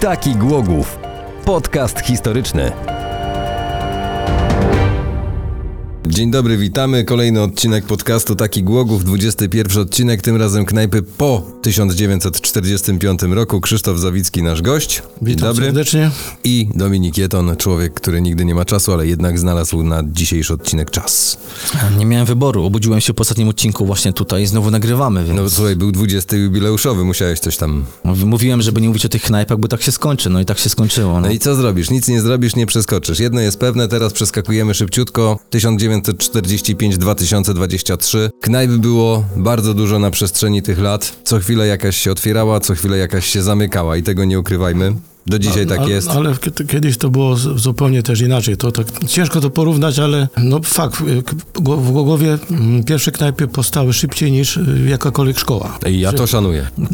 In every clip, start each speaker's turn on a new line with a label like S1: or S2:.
S1: Taki Głogów. Podcast historyczny. Dzień dobry, witamy. Kolejny odcinek podcastu Taki Głogów, 21 odcinek, tym razem knajpy po 1945 roku. Krzysztof Zawicki, nasz gość. Dzień
S2: Witam
S1: dobry.
S2: serdecznie.
S1: I Dominik Jeton, człowiek, który nigdy nie ma czasu, ale jednak znalazł na dzisiejszy odcinek czas.
S3: Nie miałem wyboru, obudziłem się po ostatnim odcinku właśnie tutaj, znowu nagrywamy, więc
S1: No słuchaj, był 20
S2: Tak.
S1: jubileuszowy, musiałeś coś tam...
S2: No.
S3: mówiłem, żeby nie mówić o tych knajpach, bo tak się skończy, no i tak się skończyło. No.
S1: No i co zrobisz? Nic nie zrobisz, nie przeskoczysz. Jedno jest pewne, teraz przeskakujemy szybciutko. 1945-2023. Knajp było bardzo dużo na przestrzeni tych lat. Co chwilę jakaś się otwierała, co chwilę jakaś się zamykała i tego nie ukrywajmy. Do dzisiaj tak
S2: Ale-
S1: jest.
S2: Ale kiedy- kiedyś to było z- zupełnie też inaczej. To tak ciężko to porównać, ale no fakt, y, k- gło- w Głogowie mm, pierwsze knajpy powstały szybciej niż y, jakakolwiek szkoła.
S1: I ja to szanuję.
S2: No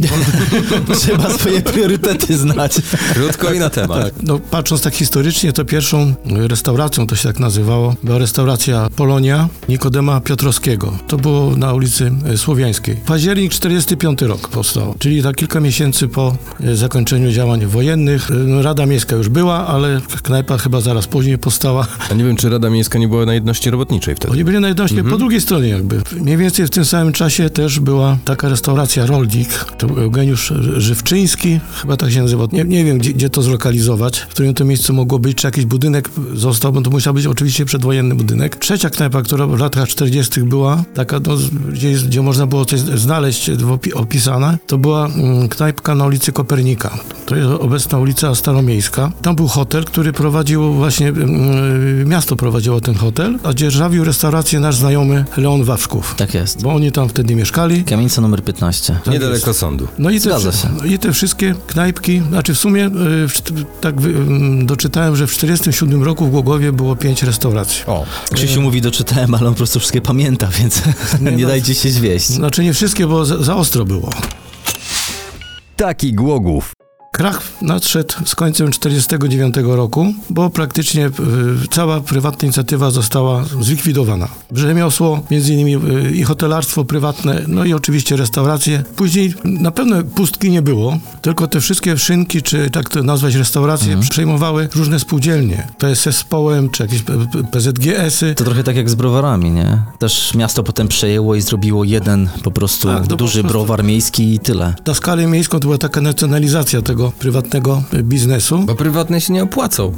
S3: Trzeba swoje priorytety znać.
S1: Krótko i na temat.
S2: No, patrząc tak historycznie, to pierwszą y, restauracją, to się tak nazywało, była restauracja Polonia Nikodema Piotrowskiego. To było na ulicy y, Słowiańskiej. Październik 45 rok powstało, czyli tak kilka miesięcy po y, zakończeniu działań wojennych. Y, no, Rada Miejska już była, ale knajpa chyba zaraz później powstała.
S1: A nie wiem, czy Rada Miejska nie była na jedności robotniczej wtedy.
S2: Oni byli na jednośnie po drugiej stronie jakby. Mniej więcej w tym samym czasie też była taka restauracja Roldik, to był Eugeniusz Żywczyński, chyba tak się nazywa. Nie, nie wiem, gdzie, gdzie to zlokalizować, w którym to miejscu mogło być, czy jakiś budynek został, bo to musiał być oczywiście przedwojenny budynek. Trzecia knajpa, która w latach 40 była, taka, no, z- gdzie, jest- gdzie można było coś znaleźć w opi- opisane, to była mm, knajpka na ulicy Kopernika. To jest obecna ulica Staromiejska. Tam był hotel, który prowadził właśnie, mm, miasto prowadziło ten hotel, a dzierżawił restaurację nasz znajomy Leon Wawrzków,
S3: Tak jest.
S2: bo oni tam wtedy mieszkali.
S3: Kamienica numer 15.
S1: Tak Niedaleko sądu.
S2: No i te,
S3: Zgadza się.
S2: no i te wszystkie knajpki, znaczy w sumie y, w, czty- tak wy- mm, doczytałem, że w 47 roku w Głogowie było pięć restauracji.
S1: O,
S3: Krzysiu mówi, doczytałem, ale on po prostu wszystkie pamięta, więc nie,
S2: no.
S3: dajcie się zwieść.
S2: Znaczy nie wszystkie, bo za, za ostro było.
S1: taki Głogów.
S2: Krach nadszedł z końcem 1949 roku, bo praktycznie y, cała prywatna inicjatywa została zlikwidowana. Rzemiosło, między innymi y, i hotelarstwo prywatne, no i oczywiście restauracje. Później na pewno pustki nie było, tylko te wszystkie szynki, czy tak to nazwać restauracje,
S3: Mhm.
S2: przejmowały różne spółdzielnie. PSS z Połem, czy jakieś e, P- P- PZGS-y.
S3: To trochę tak jak z browarami, nie? Też miasto potem przejęło i zrobiło jeden po prostu
S2: Tak, to po
S3: duży
S2: prostu-
S3: browar miejski i tyle.
S2: Na skalę miejską to była taka nacjonalizacja tego prywatnego y, biznesu.
S1: Bo prywatne się nie opłacą.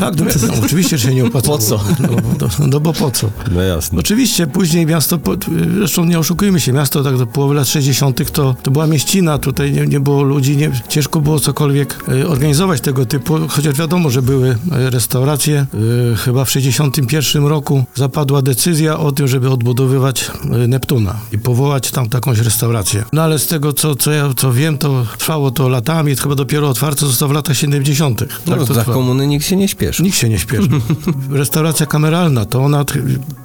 S2: Tak, no, no, oczywiście, że się nie opłacało.
S3: Po co?
S2: No, no, no bo po co?
S1: No jasne.
S2: Oczywiście później miasto, po- zresztą nie oszukujmy się, miasto tak do połowy lat 60. to, to była mieścina, tutaj nie, nie było ludzi, nie, ciężko było cokolwiek e, organizować tego typu, chociaż wiadomo, że były e, restauracje. E, Chyba w 61 roku zapadła decyzja o tym, żeby odbudowywać e, Neptuna i powołać tam takąś restaurację. No ale z tego, co, co ja co wiem, to trwało to latami, chyba dopiero otwarte zostało w latach 70.
S1: No, dla
S2: to trwało.
S1: komuny nikt się nie śpieszy.
S2: Nikt się nie śpieszy. Restauracja kameralna, to ona, t-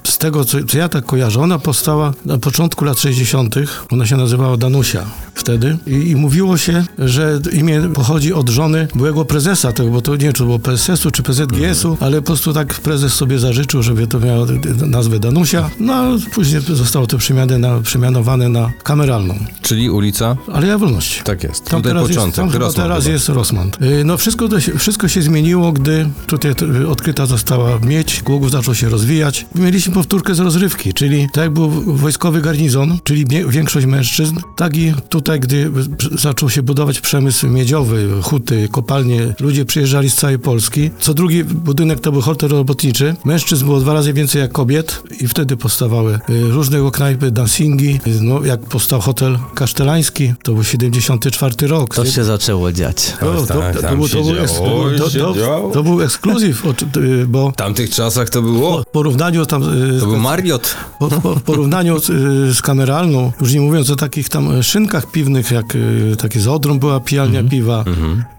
S2: z tego co, co ja tak kojarzę, ona powstała na początku lat 60. Ona się nazywała Danusia wtedy i, i mówiło się, że imię pochodzi od żony byłego prezesa tego, bo to nie wiem, czy to było PSS-u czy PZGS-u,
S1: Mhm.
S2: ale po prostu tak prezes sobie zażyczył, żeby to miało d- d- nazwę Danusia. No, a później zostało to przemiany na, przemianowane na kameralną.
S1: Czyli ulica?
S2: Aleja Wolności.
S1: Tak jest. Tutaj
S2: Tam teraz Jest,
S1: początek.
S2: tam chyba
S1: Rosman
S2: teraz
S1: chyba.
S2: jest Rosmand. Y, No wszystko, to się, wszystko się zmieniło, gdy tutaj t- y, odkryta została miedź, Głogów zaczął się rozwijać. Mieliśmy powtórkę z rozrywki, czyli tak jak był wojskowy garnizon, czyli bie- większość mężczyzn, tak i tutaj, gdy pr- zaczął się budować przemysł miedziowy, huty, kopalnie, ludzie przyjeżdżali z całej Polski. Co drugi budynek to był hotel robotniczy. Mężczyzn było dwa razy więcej jak kobiet i wtedy powstawały y, różnego knajpy, dancingi. Y, No, jak powstał hotel kasztelański, to był 74 rok.
S3: To się zaczęło dziać.
S2: No,
S1: Oj,
S2: to,
S1: tak,
S2: to,
S1: tam
S2: był-
S1: się
S2: to, był
S1: działo,
S2: eks- to, był-
S1: oj,
S2: to,
S1: się działo.
S2: to, to był ekskluzyw, o czym- y, bo
S1: W tamtych czasach to było.
S2: w porównaniu tam y,
S1: To był Mariot.
S2: po, po, w porównaniu z, y, z kameralną, już nie mówiąc o takich tam y, szynkach piwnych, jak y, takie z Odrą była pijalnia
S1: Mhm.
S2: piwa,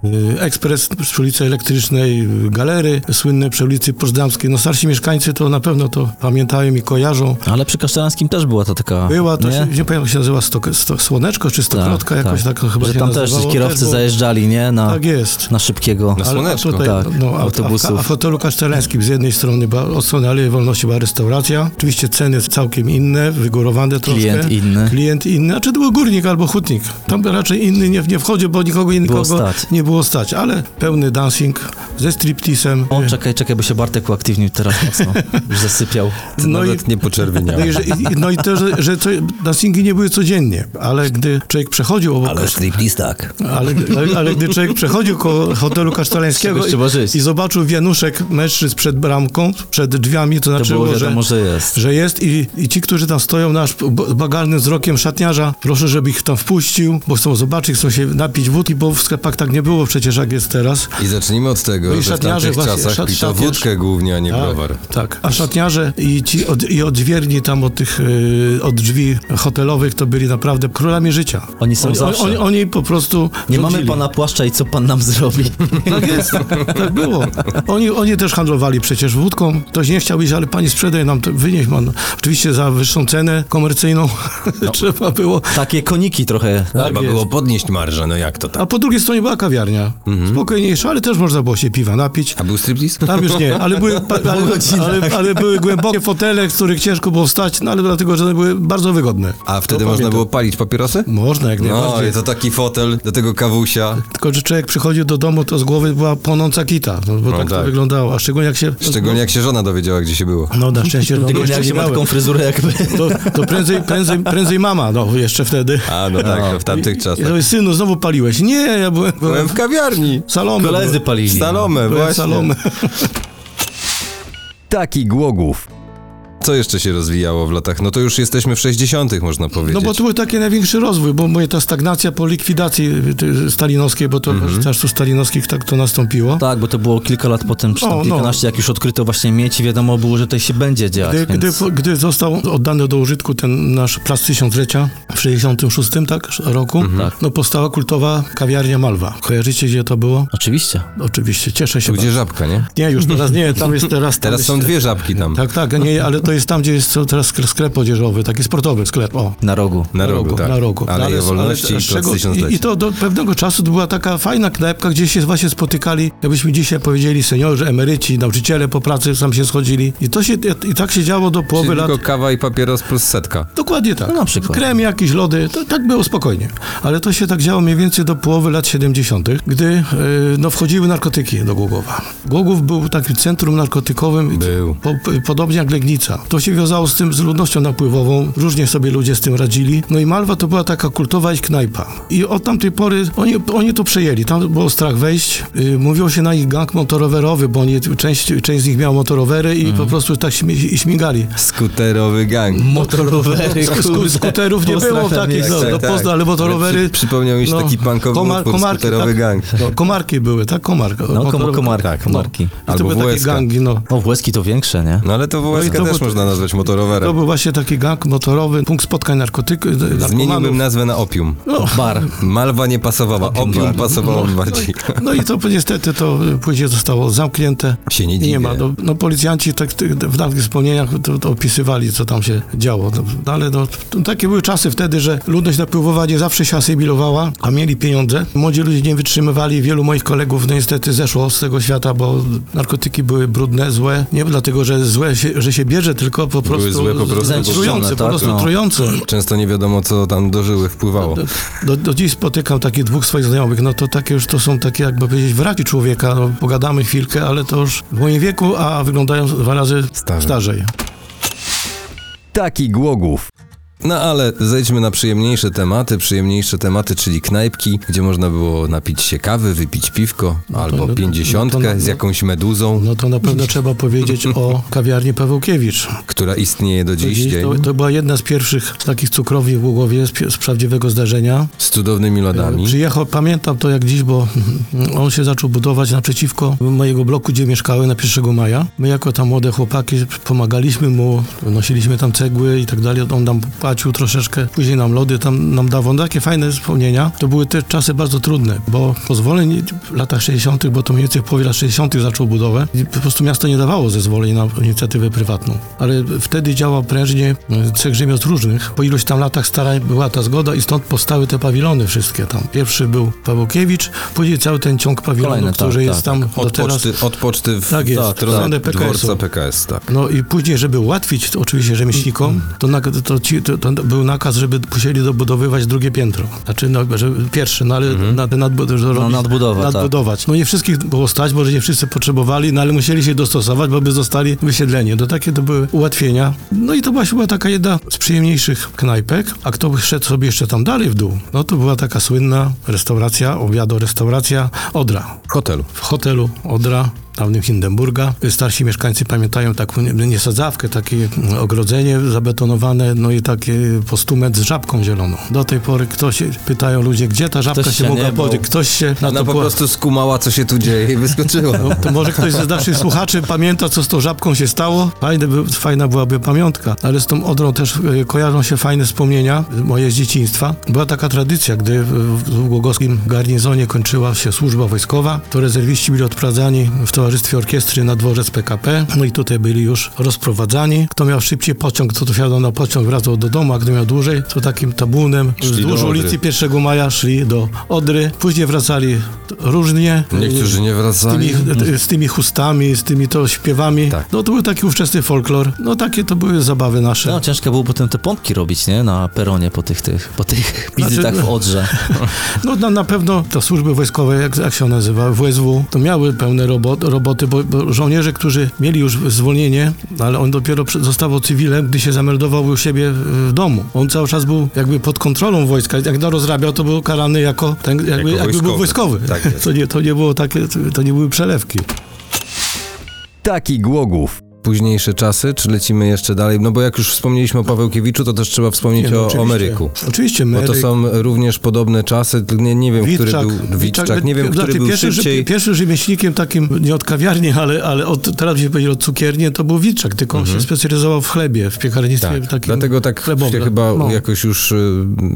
S2: y, ekspres przy ulicy Elektrycznej, y, galery słynne przy ulicy Pozdamskiej. No starsi mieszkańcy to na pewno to pamiętają i kojarzą.
S3: Ale przy Kasztelanskim też była to taka...
S2: Była to,
S3: nie?
S2: nie, się, nie pamiętam jak się nazywa, stok, stok, Słoneczko czy Stokrotka, jakoś tak to chyba
S3: Że
S2: się
S3: tam też
S2: nazywało.
S3: kierowcy
S2: było-
S3: zajeżdżali, nie? Na,
S2: Tak jest.
S3: na szybkiego.
S1: Na
S2: Ale
S1: Słoneczko.
S2: Tutaj,
S3: Tak,
S2: no, a,
S3: autobusów.
S2: A, w- a w hotelu kasztelańskim z jednej strony była, od strony Alei Wolności była restauracja. Oczywiście ceny całkiem inne, wygórowane troszkę.
S3: Klient inny.
S2: Klient inny, a czy to był górnik albo hut, pamiętnik. Tam raczej inny nie, nie wchodzi, bo nikogo innego
S3: stać.
S2: nie było stać, ale pełny dancing ze striptisem.
S3: O, czekaj, czekaj, bo się Bartek uaktywnił teraz mocno. Już zasypiał.
S1: Ty
S2: No i-
S1: nawet nie
S2: No i,
S1: poczerwieniałeś.
S2: że, i- no i to, że, że to, dancingi nie były codziennie, ale gdy człowiek przechodził obok
S1: striptease tak.
S2: Ale, ale, ale gdy człowiek przechodził koło hotelu
S3: Z
S2: kasztelańskiego
S3: czegoś trzeba żyć.
S2: i, i zobaczył wianuszek mężczyzn przed bramką, przed drzwiami, to
S3: To
S2: znaczyło,
S3: było
S2: że,
S3: wiadomo, że jest.
S2: że jest i, i ci, którzy tam stoją nasz bagalnym wzrokiem szatniarza, proszę, żeby ich tam wpuścił, bo chcą zobaczyć, chcą się napić wódki, bo w sklepach tak nie było przecież, jak jest teraz.
S1: I zacznijmy od tego,
S2: No i
S1: że w
S2: szatniarze
S1: tamtych
S2: właśnie,
S1: czasach
S2: szat-
S1: pito
S2: szatniarz-
S1: wódkę głównie, a nie
S2: Tak,
S1: browar.
S2: tak. A szatniarze i ci od, i odźwierni tam od tych y, od drzwi hotelowych to byli naprawdę królami życia.
S3: Oni są
S2: oni,
S3: zawsze.
S2: Oni, oni po prostu
S3: Nie mamy
S2: rządzili.
S3: pana płaszcza i co pan nam zrobi?
S2: Tak jest, tak było. Oni, oni też handlowali przecież wódką. Ktoś nie chciał iść, ale pani sprzedaj nam, to wynieś pan. Oczywiście za wyższą cenę komercyjną trzeba było.
S3: Takie koniki trochę.
S1: Trzeba
S2: jest.
S1: było podnieść marżę, no jak to tak?
S2: A po drugiej stronie była kawiarnia. Spokojniejsza, ale też można było się piwa napić.
S1: A był striptease?
S2: No Tam już nie, ale były, pa- ale, ale, ale były głębokie fotele, z których ciężko było wstać, no ale dlatego, że one były bardzo wygodne.
S1: A wtedy
S2: no
S1: można było palić papierosy?
S2: Można jak
S1: No,
S2: najbardziej.
S1: i to taki fotel do tego kawusia.
S2: Tylko, że człowiek przychodził do domu, to z głowy była płonąca kita, no, bo
S1: No
S2: tak,
S1: tak.
S2: to wyglądało. A szczególnie jak się...
S1: Szczególnie jak się żona dowiedziała, gdzie się było.
S2: No, na szczęście... no,
S3: Tylko
S2: jeszcze
S3: jak się ma
S2: grałem.
S3: taką fryzurę jakby.
S2: To, to prędzej, prędzej, prędzej mama, no jeszcze wtedy.
S1: A, no tak, to w tamtych czasach.
S2: Ja mówię, synu, znowu paliłeś. Nie, ja byłem,
S1: Byłem w kawiarni.
S2: Salomę.
S3: Koledzy palili.
S1: Salome,
S2: Byłem
S1: właśnie.
S2: Salomę.
S1: Taki głogów. Co jeszcze się rozwijało w latach? No to już jesteśmy w 60., można powiedzieć.
S2: No bo to był taki największy rozwój, bo mówię, ta stagnacja po likwidacji y, stalinowskiej, bo to w czasu stalinowskich tak to nastąpiło.
S3: Tak, bo to było kilka lat potem, czy
S2: O,
S3: tam
S2: no.
S3: kilkanaście, jak już odkryto właśnie mieć i wiadomo było, że to się będzie dziać.
S2: Gdy, gdy,
S3: więc...
S2: gdy został oddany do użytku ten nasz plac tysiąclecia w 66 tak, roku,
S3: Tak.
S2: no powstała kultowa kawiarnia Malwa. Kojarzycie, gdzie to było?
S3: Oczywiście.
S2: Oczywiście, cieszę się
S1: Tu
S2: bardzo.
S1: gdzie żabka, nie?
S2: Nie, już teraz nie, tam jest teraz... tam
S1: Teraz
S2: jest-
S1: są dwie żabki tam.
S2: Tak, tak, nie, ale to jest tam, gdzie jest co- teraz sklep odzieżowy, taki sportowy sklep, o.
S3: Na rogu.
S1: Na rogu, tak.
S2: na rogu. No
S1: Ale,
S2: Ale-
S1: Wolności
S2: ale
S1: i
S2: z
S1: Plac
S2: czego- i, I
S1: Tysiąclecia.
S2: to do pewnego czasu to była taka fajna knajpka, gdzie się właśnie spotykali, jakbyśmy dzisiaj powiedzieli, seniorzy, emeryci, nauczyciele po pracy tam się schodzili. I to się, i tak się działo do połowy
S1: Czyli
S2: lat.
S1: tylko kawa i papieros plus setka.
S2: Dokładnie tak.
S3: No na przykład.
S2: Krem, jakieś lody, to, tak było spokojnie. Ale to się tak działo mniej więcej do połowy lat 70., gdy yy, no, wchodziły narkotyki do Głogowa. Głogów był takim centrum narkotykowym.
S1: Był.
S2: Po, podobnie jak Legnica. To się wiązało z tym, z ludnością napływową. Różnie sobie ludzie z tym radzili. No i Malwa to była taka kultowa ich knajpa. I od tamtej pory oni, oni to przejęli. Tam było strach wejść. Yy, mówiło się na ich gang motorowerowy, bo oni, część, część z nich miała motorowery
S3: Mhm.
S2: i po prostu tak śmi, i śmigali.
S1: Skuterowy gang.
S3: Motorowery,
S2: Sku- sku-
S3: kurde.
S2: skuterów nie
S3: Postrach
S2: było
S3: tam
S2: takich,
S3: jest.
S2: no,
S1: tak,
S2: do
S1: tak.
S2: Poznań, ale motorowery...
S1: Ale przy- przypomniał mi się taki punkowy utwór, skuterowy
S2: no, tak,
S1: gang.
S2: No, komarki były, tak? Komarka.
S3: No, kom-
S2: motorowe-
S3: komarki,
S1: tak, no.
S3: komarki.
S2: I to
S1: Albo
S2: były takie
S1: WSK.
S2: gangi, no.
S3: O, Włeski to większe, nie?
S1: No ale to
S2: No i
S1: WSK
S2: to
S1: też
S2: był-
S1: można nazwać
S2: To
S1: motorowerem.
S2: był właśnie taki gang motorowy, punkt spotkań narkotyków.
S1: Zmieniłbym nazwę na opium.
S3: Bar.
S1: Malwa nie pasowała, opium pasowało bardziej.
S2: No. No i to niestety to później zostało zamknięte.
S1: Się nie
S2: I
S1: dziwię.
S2: nie ma. No, no policjanci tak, ty- w dawnych wspomnieniach to, to opisywali, co tam się działo. No, No, ale no, to, takie były czasy wtedy, że ludność napływowa nie zawsze się asymilowała, a mieli pieniądze. Młodzi ludzie nie wytrzymywali. Wielu moich kolegów no, niestety zeszło z tego świata, bo narkotyki były brudne, złe. Nie dlatego, że złe się, że się bierze, tylko po prostu...
S1: złe po prostu,
S3: bo-
S2: Trujące, po
S3: tak,
S2: prostu
S3: no.
S2: trujące.
S1: Często nie wiadomo, co tam do żyły wpływało.
S2: No, Do, do dziś spotykam takich dwóch swoich znajomych, no to takie już to są takie, jakby powiedzieć, wraki człowieka. No, pogadamy chwilkę, ale to już w moim wieku, a wyglądają dwa razy
S1: Starzej.
S2: starzej.
S1: Taki głogów. No ale zejdźmy na przyjemniejsze tematy, przyjemniejsze tematy, czyli knajpki, gdzie można było napić się kawy, wypić piwko, albo
S2: no,
S1: pięćdziesiątkę
S2: no to-
S1: z jakąś meduzą,
S2: No to na pewno trzeba powiedzieć o kawiarni Pawełkiewicz.
S1: która istnieje do dziś
S2: Dziś
S1: dzień,
S2: To, to była jedna z pierwszych takich cukrowni w Głogowie z, pi- z prawdziwego zdarzenia.
S1: z cudownymi lodami.
S2: Przyjechał, pamiętam to jak dziś, bo on się zaczął budować naprzeciwko mojego bloku, gdzie mieszkałem na 1 maja. My jako tam młode chłopaki pomagaliśmy mu, nosiliśmy tam cegły i tak dalej, on nam płacił troszeczkę, później nam lody tam nam dawał. No, takie fajne wspomnienia. To były te czasy bardzo trudne, bo pozwoleń w latach 60., bo to mniej więcej w połowie lat 60. zaczął budowę i po prostu miasto nie dawało zezwoleń na inicjatywę prywatną. Ale wtedy działał prężnie e, cech rzemiosł różnych. Po iluś tam latach starań była ta zgoda i stąd powstały te pawilony wszystkie tam. Pierwszy był Pawłkiewicz, później cały ten ciąg pawilonów,
S3: Kolejne, tak,
S2: który
S3: tak,
S2: jest tam do
S1: Od
S2: teraz.
S1: poczty, od poczty w
S2: Tak jest,
S1: tak,
S2: w stronę PKS-u.
S1: dworca PKS, tak.
S3: Mm.
S2: No i później, żeby ułatwić to oczywiście rzemieślnikom, to, na, to, ci, to, to był nakaz, żeby musieli dobudowywać drugie piętro. Znaczy, no, żeby pierwsze, no ale nad, nadbud- że robić-
S3: Mhm. nadbudowa, tak.
S2: nadbudować. No nie wszystkich było stać, może nie wszyscy potrzebowali, no ale musieli się dostosować, bo by zostali wysiedleni. To takie to były ułatwienia. No i to właśnie była taka jedna z przyjemniejszych knajpek. A kto by szedł sobie jeszcze tam dalej w dół, no to była taka słynna restauracja, obiado restauracja Odra
S1: W hotelu.
S2: w hotelu Odra, dawnym Hindenburga. Starsi mieszkańcy pamiętają taką nie- niesadzawkę, takie mm, ogrodzenie zabetonowane, no i taki postumet z żabką zieloną. Do tej pory ktoś, y, pytają ludzie, gdzie ta żabka
S3: Ktoś
S2: się
S3: się
S2: mogła
S3: nie bał.
S2: podzieć. Ktoś się na
S1: Ona
S2: to
S1: po
S2: po...
S1: prostu skumała, co się tu dzieje i wyskoczyła.
S2: No, to może ktoś z naszych słuchaczy pamięta, co z tą żabką się stało. Fajne, by, fajna byłaby pamiątka. Ale z tą Odrą też e, kojarzą się fajne wspomnienia moje z dzieciństwa. Była taka tradycja, gdy e, w długogowskim garnizonie kończyła się służba wojskowa, to rezerwiści byli odprowadzani w towarzystwie orkiestry na dworzec PKP. No i tutaj byli już rozprowadzani. Kto miał szybciej pociąg, to, to wsiadał na pociąg, wracał do domu, a kto miał dłużej, to takim tabunem
S1: Szli
S2: wzdłuż
S1: do Odry.
S2: ulicy 1 Maja szli do Odry. Później wracali t- różnie.
S1: Niektórzy nie wracali.
S2: Z tymi, z tymi chustami, z tymi to śpiewami.
S1: Tak.
S2: No to był taki ówczesny folklor. No takie to były zabawy nasze.
S1: Tak.
S3: No, ciężko było potem te pompki robić, nie? Na peronie po tych, tych, po
S2: Znaczy,
S3: tych wizytach w Odrze.
S2: No na, na pewno te służby wojskowe, jak, jak się one nazywały, WSW, to miały pełne robo, roboty, bo, bo żołnierze, którzy mieli już zwolnienie, ale on dopiero przy- zostawał cywilem, gdy się zameldował u siebie w domu. On cały czas był jakby pod kontrolą wojska. Jak rozrabiał, to był karany jako ten, jakby, jakby był wojskowy.
S1: Tak jest.
S2: to, nie, to nie było takie, to nie były przelewki.
S1: Taki Głogów. Późniejsze czasy, czy lecimy jeszcze dalej? No bo jak już wspomnieliśmy o Pawełkiewiczu, to też trzeba wspomnieć
S2: Nie, no,
S1: o, o
S2: oczywiście.
S1: Meryku.
S2: Oczywiście,
S1: Bo
S2: Meryk.
S1: to są również podobne czasy, tylko nie, nie wiem, który był Witczak, nie wiem,
S2: znaczy,
S1: który był
S2: pierwszy, ży-
S1: szybciej.
S2: Pierwszym rzemieślnikiem takim, nie od kawiarni, ale, ale od, teraz by się powiedzieć od cukierni, to był Witczak, tylko on się specjalizował w chlebie, w piekarnictwie
S1: Mhm. Tak,
S2: takim
S1: dlatego tak
S2: chlebowym.
S1: się chyba
S2: No.
S1: jakoś już y,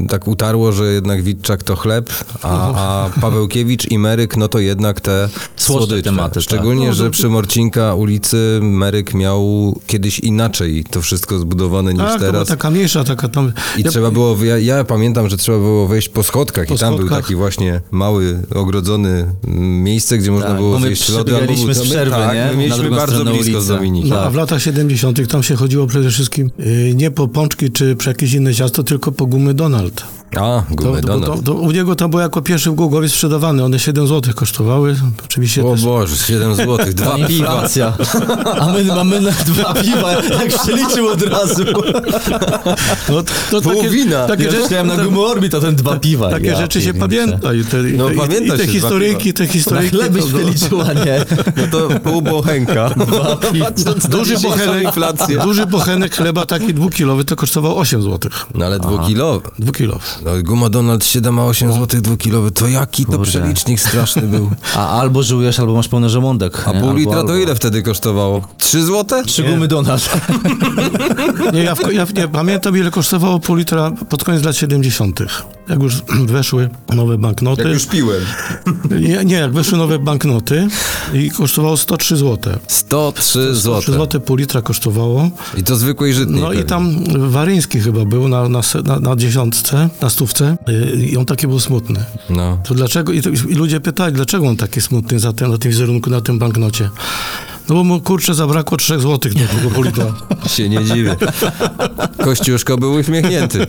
S1: tak utarło, że jednak Witczak to chleb, a,
S2: No.
S1: a Pawełkiewicz i Meryk, no to jednak te słodycze.
S3: tematy, tak.
S1: Szczególnie,
S2: No,
S1: że
S2: to-
S1: przy Morcinka ulicy Meryk miał kiedyś inaczej to wszystko zbudowane niż
S2: Tak, to była
S1: teraz.
S2: taka mniejsza, taka tam...
S1: I
S3: No,
S2: ja-
S1: trzeba było, ja, ja pamiętam, że trzeba było wejść po schodkach
S2: Po
S1: i tam był
S2: schodkach.
S1: taki właśnie mały, ogrodzony mm, miejsce, gdzie można
S3: Tak,
S1: było
S3: bo my
S1: zjeść lody. albo
S3: przebiegaliśmy z
S1: butelki.
S3: przerwy,
S1: tak,
S3: nie?
S1: my
S3: Na
S1: mieliśmy
S3: drugą
S1: bardzo
S3: stronę
S1: blisko z
S3: ulicy.
S1: Dominikiem.
S2: No,
S3: Tak.
S2: a w latach 70. tam się chodziło przede wszystkim y, nie po pączki czy przez jakieś inne ciasto, tylko po gumy Donald.
S3: No.
S1: A, gumy
S2: to,
S1: Donald.
S2: To, to, u niego tam było jako pierwszy w Głogowie sprzedawane. One 7 zł kosztowały. Oczywiście
S1: O
S2: też
S1: Boże, 7 zł,
S3: No
S1: dwa piwa.
S3: Inflacja. A my mamy na dwa piwa, jak przeliczył od razu.
S2: No, to, to
S1: Pół
S2: takie,
S1: wina.
S2: Takie
S3: Ja
S2: rzeczy,
S3: chciałem na gumę Orbit, a ten dwa piwa.
S2: takie
S3: ja
S2: rzeczy się
S3: pierniczę.
S2: pamięta. I te,
S1: No,
S2: i,
S1: pamięta
S2: i te
S1: się
S2: historyjki, te
S3: Na
S2: historyjki.
S3: chleb byś
S2: to-
S3: wyliczyła, nie?
S1: No to pół bochenka.
S2: Duży bochenek,
S1: inflacja.
S2: duży bochenek chleba taki dwukilowy to kosztował 8 zł.
S1: No ale dwukilowy.
S2: Dwukilowy.
S1: No, guma Donald 7 a 8 zł dwukilowy, to jaki to
S3: No. Kurde.
S1: przelicznik straszny był.
S3: A albo żujesz, albo masz pełny żołądek.
S1: A
S3: nie?
S1: pół
S3: Albo,
S1: litra
S3: albo.
S1: to ile wtedy kosztowało? 3 zł?
S3: Trzy gumy Donald.
S2: Nie, ja, w, ja w- nie, pamiętam ile kosztowało pół litra pod koniec lat 70. Jak już weszły nowe banknoty.
S1: piłem.
S2: Nie, nie, jak weszły nowe banknoty i kosztowało 103 zł.
S1: 103
S2: 103
S1: zł.
S2: zł pół litra kosztowało.
S1: I to zwykłej żytniej.
S2: No i
S1: pewnie.
S2: tam Waryński chyba był na, na, se- na, na dziesiątce, na stówce yy, i on taki był smutny.
S1: No.
S2: To dlaczego, i, to, i ludzie pytali, dlaczego on taki smutny za ten, na tym wizerunku, na tym banknocie? No bo mu, kurczę, zabrakło 3 złotych do tego polita.
S1: Się nie dziwię. Kościuszko był uśmiechnięty.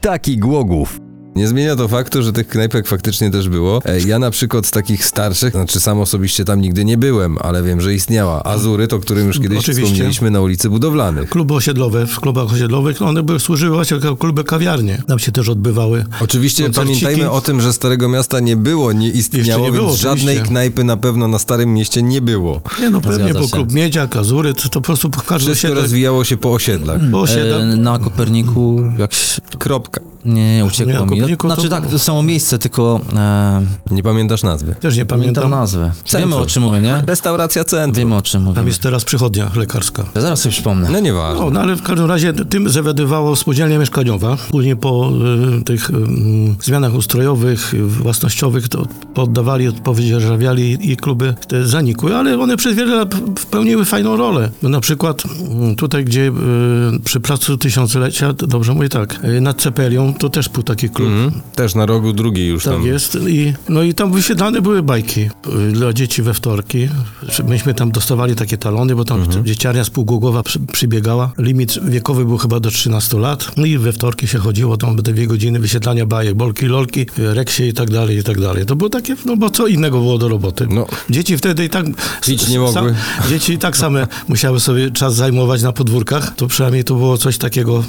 S1: Taki Głogów. Nie zmienia to faktu, że tych knajpek faktycznie też było. E, Ja na przykład z takich starszych, znaczy sam osobiście tam nigdy nie byłem, ale wiem, że istniała. Azury, to o którym już kiedyś
S2: Oczywiście.
S1: wspomnieliśmy na ulicy Budowlanych.
S2: Kluby osiedlowe, w klubach osiedlowych, no one były, służyły właśnie jako kluby kawiarnie. Tam się też odbywały.
S1: Oczywiście
S2: koncerciki.
S1: pamiętajmy o tym, że Starego Miasta nie było, nie istniało,
S2: No, nie
S1: więc
S2: było,
S1: żadnej
S2: oczywiście.
S1: knajpy na pewno na Starym Mieście nie było.
S2: Nie no, pewnie,
S3: Zgadza
S2: bo
S3: się.
S2: klub Miedzia, Kazury, to, to po prostu po każdym
S1: Wszystko
S2: osiedle,
S1: rozwijało się po osiedlach.
S2: po osiedle,
S3: E, Na Koperniku, jak się...
S1: Kropka.
S3: Nie, nie, uciekło
S2: Nie, na
S3: mi.
S2: Koperniku to
S3: Znaczy
S2: było.
S3: tak, to samo miejsce, tylko e,
S1: Nie pamiętasz nazwy.
S2: też nie
S3: pamiętam
S2: pamiętam.
S3: nazwę.
S1: Centrum.
S3: Wiemy o czym mówię, nie?
S1: Restauracja Centrum.
S3: Wiemy o czym
S2: Tam
S3: mówię.
S2: jest teraz przychodnia lekarska.
S3: Ja zaraz sobie przypomnę.
S1: No nieważne.
S2: No, no ale w każdym razie tym zawiadywała spółdzielnia mieszkaniowa. Później po y, tych y, zmianach ustrojowych, y, własnościowych to poddawali, odpowiedziarzawiali i kluby te zanikły, ale one przez wiele lat pełniły fajną rolę. No, na przykład mm, tutaj, gdzie y, przy Placu Tysiąclecia, dobrze mówię tak, y, nad Cepelią to też był taki klub.
S1: Mhm. Też na rogu drugi już
S2: Hmm? Tak
S1: tam.
S2: jest. I, no i tam wyświetlane były bajki y, dla dzieci we wtorki. Czy Myśmy tam dostawali takie talony, bo tam
S1: Mhm.
S2: dzieciarnia z Półgłogowa przy, przybiegała. Limit wiekowy był chyba do 13 lat. No i we wtorki się chodziło, tam te dwie godziny wyświetlania bajek, Bolki, Lolki, y, Reksie i tak dalej, i tak dalej. To było takie, no bo co innego było do roboty.
S1: No.
S2: Dzieci wtedy i tak...
S1: Pić nie mogły.
S2: Sa, dzieci i tak same musiały sobie czas zajmować na podwórkach. To przynajmniej to było coś takiego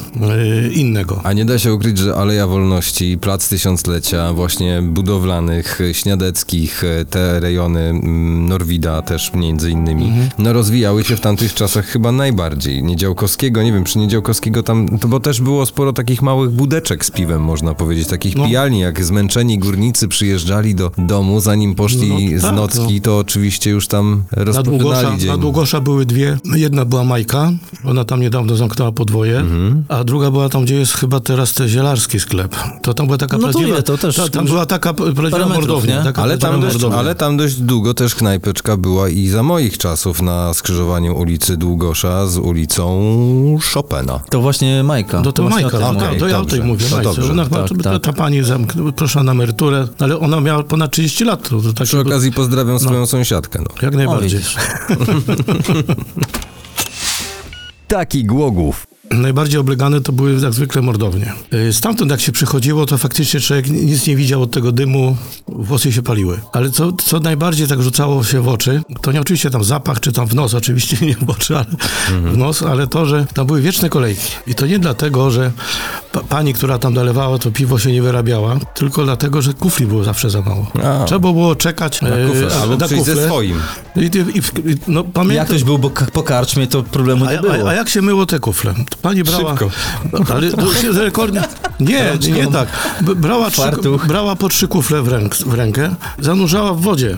S2: y, innego.
S1: A nie da się ukryć, że Aleja Wolności, Plac Tysiąclecia, właśnie budowlanych, e, śniadeckich, e, te rejony mm, Norwida też między innymi,
S2: Mhm.
S1: no rozwijały się w tamtych czasach chyba najbardziej. Niedziałkowskiego, nie wiem, przy Niedziałkowskiego tam, to bo też było sporo takich małych budeczek z piwem, można powiedzieć, takich
S2: No.
S1: pijalni, jak zmęczeni górnicy przyjeżdżali do domu, zanim poszli
S2: No,
S1: z
S2: tak,
S1: nocki, to oczywiście już tam
S2: Na Długosza,
S1: rozpoczynali dzień.
S2: na Długosza były dwie. No Jedna była Majka, ona tam niedawno zamknęła podwoje,
S1: Mhm.
S2: a druga była tam, gdzie jest chyba teraz ten zielarski sklep. To tam była taka
S3: No to
S2: prawdziwa...
S3: ile? To też-
S2: ta, tam była taka p- prawdziwa
S3: metrów,
S2: mordownia.
S3: nie?
S2: Taka
S1: Ale tam,
S2: prawdziwa
S1: dość,
S2: mordownia.
S1: ale tam dość długo też knajpeczka była i za moich czasów na skrzyżowaniu ulicy Długosza z ulicą Chopina.
S3: To właśnie Majka.
S2: No to
S3: właśnie
S2: Majka,
S3: o
S2: to,
S3: tym
S1: Majka.
S2: to ja o tej
S1: Dobrze.
S2: mówię.
S1: No
S2: Majce.
S1: dobrze,
S2: ona, chyba-
S3: tak,
S2: ta,
S3: tak.
S2: ta pani zamk- proszła na emeryturę, no ale ona miała ponad 30 lat. To, Znaczy, to
S1: Przy
S2: takie,
S1: okazji pozdrawiam swoją sąsiadkę. No.
S2: jak najbardziej.
S3: widzisz.
S1: Taki Głogów.
S2: Najbardziej oblegane to były jak zwykle mordownie. Y, Stamtąd jak się przychodziło, to faktycznie człowiek nic nie widział od tego dymu, włosy się paliły. Ale co, co najbardziej tak rzucało się w oczy, to nie oczywiście tam zapach, czy tam w nos, oczywiście nie w oczy, ale
S1: Mhm.
S2: w nos, ale to, że tam były wieczne kolejki. I to nie dlatego, że pa pani, która tam dolewała, to piwo się nie wyrabiała, tylko dlatego, że kufli było zawsze za mało.
S1: A.
S2: Trzeba było czekać y,
S1: Na kufel, albo przyjść ze swoim.
S2: I, i, i, no, pamiętam,
S3: Jak ktoś był bo po karczmie, to problemu
S2: a,
S3: nie
S2: ja-
S3: było.
S2: a, a jak się myło te kufle? To Pani brała.
S1: Szybko.
S2: No, ale to się z rekordem. Nie, nie tak. B- Brała, trzy,
S3: Fartuch.
S2: brała po trzy kufle w, ręk, w rękę, zanurzała w wodzie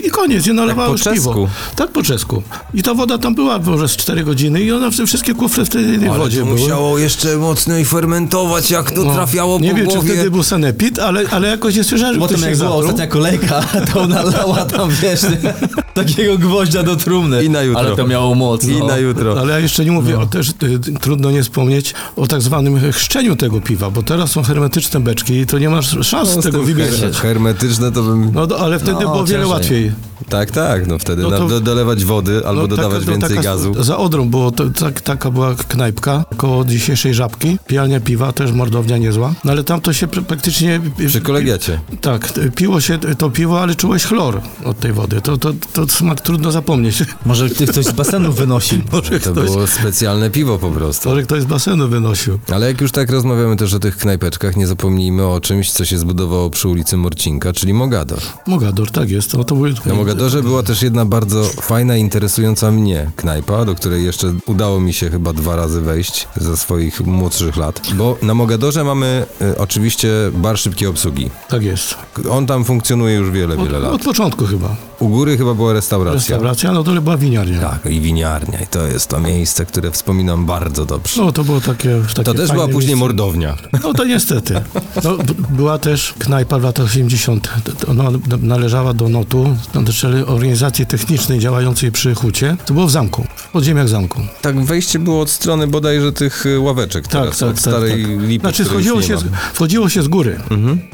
S2: i, i koniec, i nalewała
S1: Tak po
S2: już piwo.
S1: czesku.
S2: Tak po czesku. I ta woda tam była może z 4 godziny i ona w tym wszystkie kufle w tej jednej wodzie były.
S1: jeszcze mocniej fermentować, jak to
S2: No, nie wiem, czy wtedy był sanepid, ale, ale jakoś nie słyszałem, że
S3: Potem
S2: ktoś się
S3: jak była
S2: zatruł.
S3: ostatnia kolejka, to nalała tam, wiesz, takiego gwoździa do trumny.
S1: I na jutro.
S3: Ale to miało moc.
S1: I
S3: no.
S1: na jutro.
S2: Ale ja jeszcze nie
S1: No.
S2: mówię, o też y, trudno nie wspomnieć o tak zwanym chrzczeniu tego piwa, bo teraz są hermetyczne beczki i to nie masz szans
S1: No, z
S2: tego
S1: tym
S2: wybierać.
S1: her- Hermetyczne to bym...
S2: No do, ale wtedy
S3: No,
S2: było wiele
S3: ciężej.
S2: łatwiej.
S1: Tak, tak, no wtedy
S2: No
S1: na-
S2: to-
S1: do, dolewać wody albo
S2: no,
S1: dodawać
S2: taka-
S1: więcej
S2: taka-
S1: gazu.
S2: Za Odrą było, to, tak, taka była knajpka koło dzisiejszej Żabki. Pijalnia piwa, też mordownia niezła. No ale tam to się pr- praktycznie...
S1: Przy kolegiacie.
S2: Tak, piło się to piwo, ale czułeś chlor od tej wody. To, to, to smak trudno zapomnieć.
S3: Może ty ktoś z basenu wynosił.
S2: Może
S1: To
S2: No, ktoś,
S1: było specjalne piwo po prostu.
S2: może ktoś z basenu wynosił.
S1: Ale jak już tak rozmawiamy też o tych knajpeczkach, nie zapomnijmy o czymś, co się zbudowało przy ulicy Morcinka, czyli Mogador.
S2: Mogador, tak jest. No to były...
S1: Na Mogadorze była też jedna bardzo fajna, interesująca mnie knajpa, do której jeszcze udało mi się chyba dwa razy wejść ze swoich młodszych lat. Bo na Mogadorze mamy y, oczywiście bar szybkiej obsługi.
S2: Tak jest.
S1: On tam funkcjonuje już wiele,
S2: Od,
S1: wiele lat.
S2: od początku chyba.
S1: U góry chyba była restauracja.
S2: No Restauracja, no dole była winiarnia.
S1: Tak, i winiarnia. I to jest to miejsce, które wspominam bardzo dobrze.
S2: No to było takie... takie
S1: To też
S2: fajne
S1: była później
S2: miejsce.
S1: mordownia.
S2: No to niestety. No, b- była też knajpa w latach 80. To- to Ona n- należała do NOT-u, czyli organizacji technicznej działającej przy Hucie. To było w zamku, w podziemiach zamku.
S1: Tak, wejście było od strony bodajże tych y, ławeczek
S2: Tak,
S1: teraz,
S2: tak,
S1: od
S2: tak,
S1: starej
S2: tak.
S1: lipy,
S2: Znaczy
S1: której
S2: wchodziło
S1: już nie
S2: się, z,
S1: ma.
S2: wchodziło się z góry.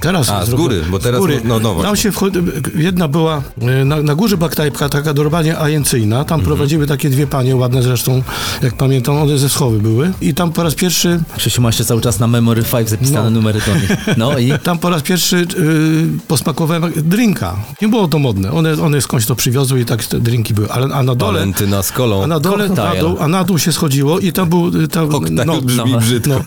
S2: Teraz
S1: A, z
S2: zrobił-
S1: góry, bo teraz-
S2: z góry.
S1: no, no właśnie.
S2: Tam się wchodzi, jedna była, y, na, na górze była knajpka taka normalnie ajencyjna,
S1: Mhm.
S2: tam prowadziły takie dwie panie, ładne zresztą, jak pamiętam, one ze schowy były i tam po raz pierwszy
S3: Krzysiu ma jeszcze cały czas na Memory 5 zapisane
S2: No.
S3: numery do nich. No i
S2: Tam po raz pierwszy y, posmakowałem drinka. Nie było to modne. One, one skądś to przywiozły i tak te drinki były. Ale, a na dole,
S1: Walentyna z
S2: a
S1: kolą.
S2: na dole, na
S3: koktajl.
S2: dół, a na dół się schodziło i tam był... y, Tam,
S1: Koktajl
S2: no,
S1: brzmi
S3: no.
S1: brzydko.
S2: no,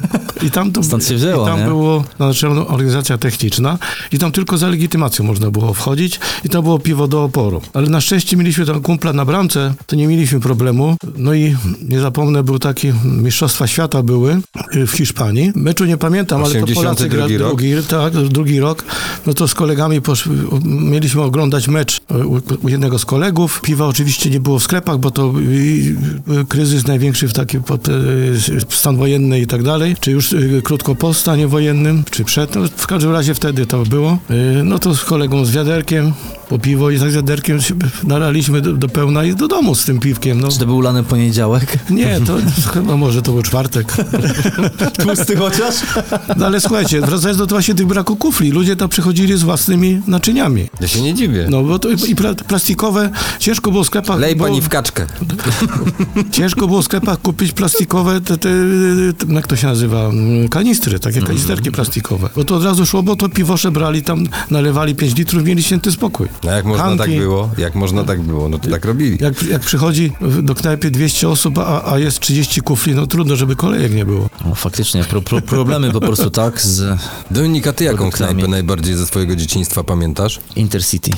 S2: I tam, to,
S3: Stąd się wzięło,
S2: i tam
S3: nie?
S2: było no, znaczy, no, organizacja techniczna i tam tylko za legitymacją można było wchodzić i to było piwo do oporu. Ale na szczęście mieliśmy tam kumpla na bramce, to nie mieliśmy problemu. No i nie zapomnę, był taki Mistrzostwa Świata były y, w Hiszpanii. Meczu nie pamiętam, ale to Polacy
S1: 82
S2: grali
S1: rok.
S2: drugi, tak, drugi rok. No to z kolegami posz, mieliśmy oglądać mecz y, u, u jednego z kolegów. Piwa oczywiście nie było w sklepach, bo to y, y, kryzys największy w taki pod, y, stan wojenny i tak dalej, czy już y, krótko po E, stanie wojennym, czy przed. No, w każdym razie wtedy to było. Y, no to z kolegą z wiaderkiem po piwo i tak z wiaderkiem się naraliśmy do, do pełna i do domu z tym piwkiem. No.
S3: Czy to był lany poniedziałek?
S2: Nie, to chyba może to był czwartek.
S3: Tłusty chociaż?
S2: No ale słuchajcie, wracając do właśnie tych braku kufli, ludzie tam przychodzili z własnymi naczyniami.
S1: Ja się nie dziwię.
S2: No bo to i i pra- plastikowe, ciężko było w sklepach...
S1: Lej
S2: bo-
S1: pani w kaczkę.
S2: Ciężko było w sklepach kupić plastikowe, te, te, te, jak to się nazywa, Mm, kanistry, takie kanisterki plastikowe. Bo to od razu szło, bo to piwosze brali tam, nalewali 5 litrów, mieli święty spokój.
S1: No jak można
S2: Hanki.
S1: tak było? Jak można tak było? No to tak robili.
S2: Jak, jak przychodzi do knajpy 200 osób, a, a jest 30 kufli, no trudno, żeby kolejek nie było.
S3: No, faktycznie, pro, pro, problemy po prostu, tak, z
S1: Dominika, ty jaką
S3: Produktami.
S1: knajpę najbardziej ze swojego dzieciństwa pamiętasz?
S3: Intercity.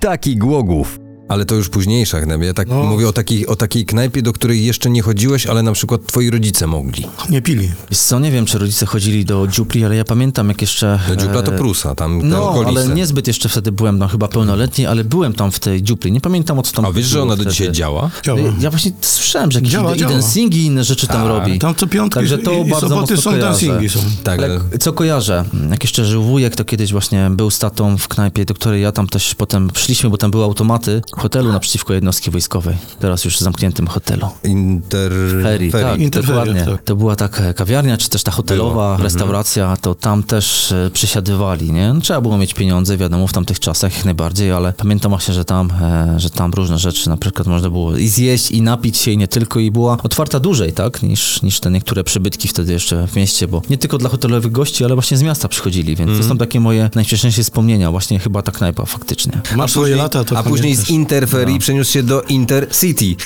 S1: Taki Głogów. Ale to już późniejsza knajpa. Ja tak
S2: No.
S1: mówię o takiej, o takiej knajpie, do której jeszcze nie chodziłeś, ale na przykład twoi rodzice mogli.
S2: Nie pili.
S3: Wiesz co, nie wiem, czy rodzice chodzili do dziupli, ale ja pamiętam, jak jeszcze...
S1: Do dziupla to
S3: e,
S1: Prusa, tam te
S3: No,
S1: okolice.
S3: ale niezbyt jeszcze wtedy byłem, no chyba pełnoletni, ale byłem tam w tej dziupli. Nie pamiętam, o co tam
S1: A wiesz, że
S3: chodziło
S1: ona do
S3: wtedy.
S1: dzisiaj działa?
S2: Działa.
S3: Ja właśnie słyszałem, że jakieś
S2: Działa,
S3: działa,
S2: działa.
S3: dancingi i inne rzeczy tam robi.
S2: Tam co piątki
S3: Także to
S2: i, i
S3: bardzo
S2: soboty są
S3: mocno kojarzę.
S2: dancingi są.
S1: Tak.
S3: Ale
S1: ale-
S3: co kojarzę? Jak jeszcze żył wujek, to kiedyś właśnie był z tatą w knajpie, do której ja tam też potem szliśmy, bo tam były automaty w hotelu naprzeciwko jednostki wojskowej. Teraz już zamkniętym hotelu.
S1: Inter...
S3: Ferry, tak,
S2: Interferry,
S3: dokładnie.
S2: tak. Mhm.
S3: To była tak e, kawiarnia, czy też ta hotelowa restauracja, to tam też e, przysiadywali, nie? No, trzeba było mieć pieniądze, wiadomo, w tamtych czasach jak najbardziej, ale pamiętam właśnie, że tam, e, że tam różne rzeczy, na przykład można było i zjeść, i napić się, i nie tylko, i była otwarta dłużej, tak, niż, niż te niektóre przybytki wtedy jeszcze w mieście, bo nie tylko dla hotelowych gości, ale właśnie z miasta przychodzili, więc
S2: Mhm.
S3: to są takie moje najśmieszniejsze wspomnienia, właśnie chyba ta knajpa faktycznie.
S1: A
S2: Masz swoje
S1: później-
S2: lata, to
S1: A później z
S2: pamiętasz. No.
S1: Interferry przeniósł się do Intercity.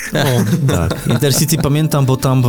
S3: Tak. Intercity pamiętam, bo tam, e,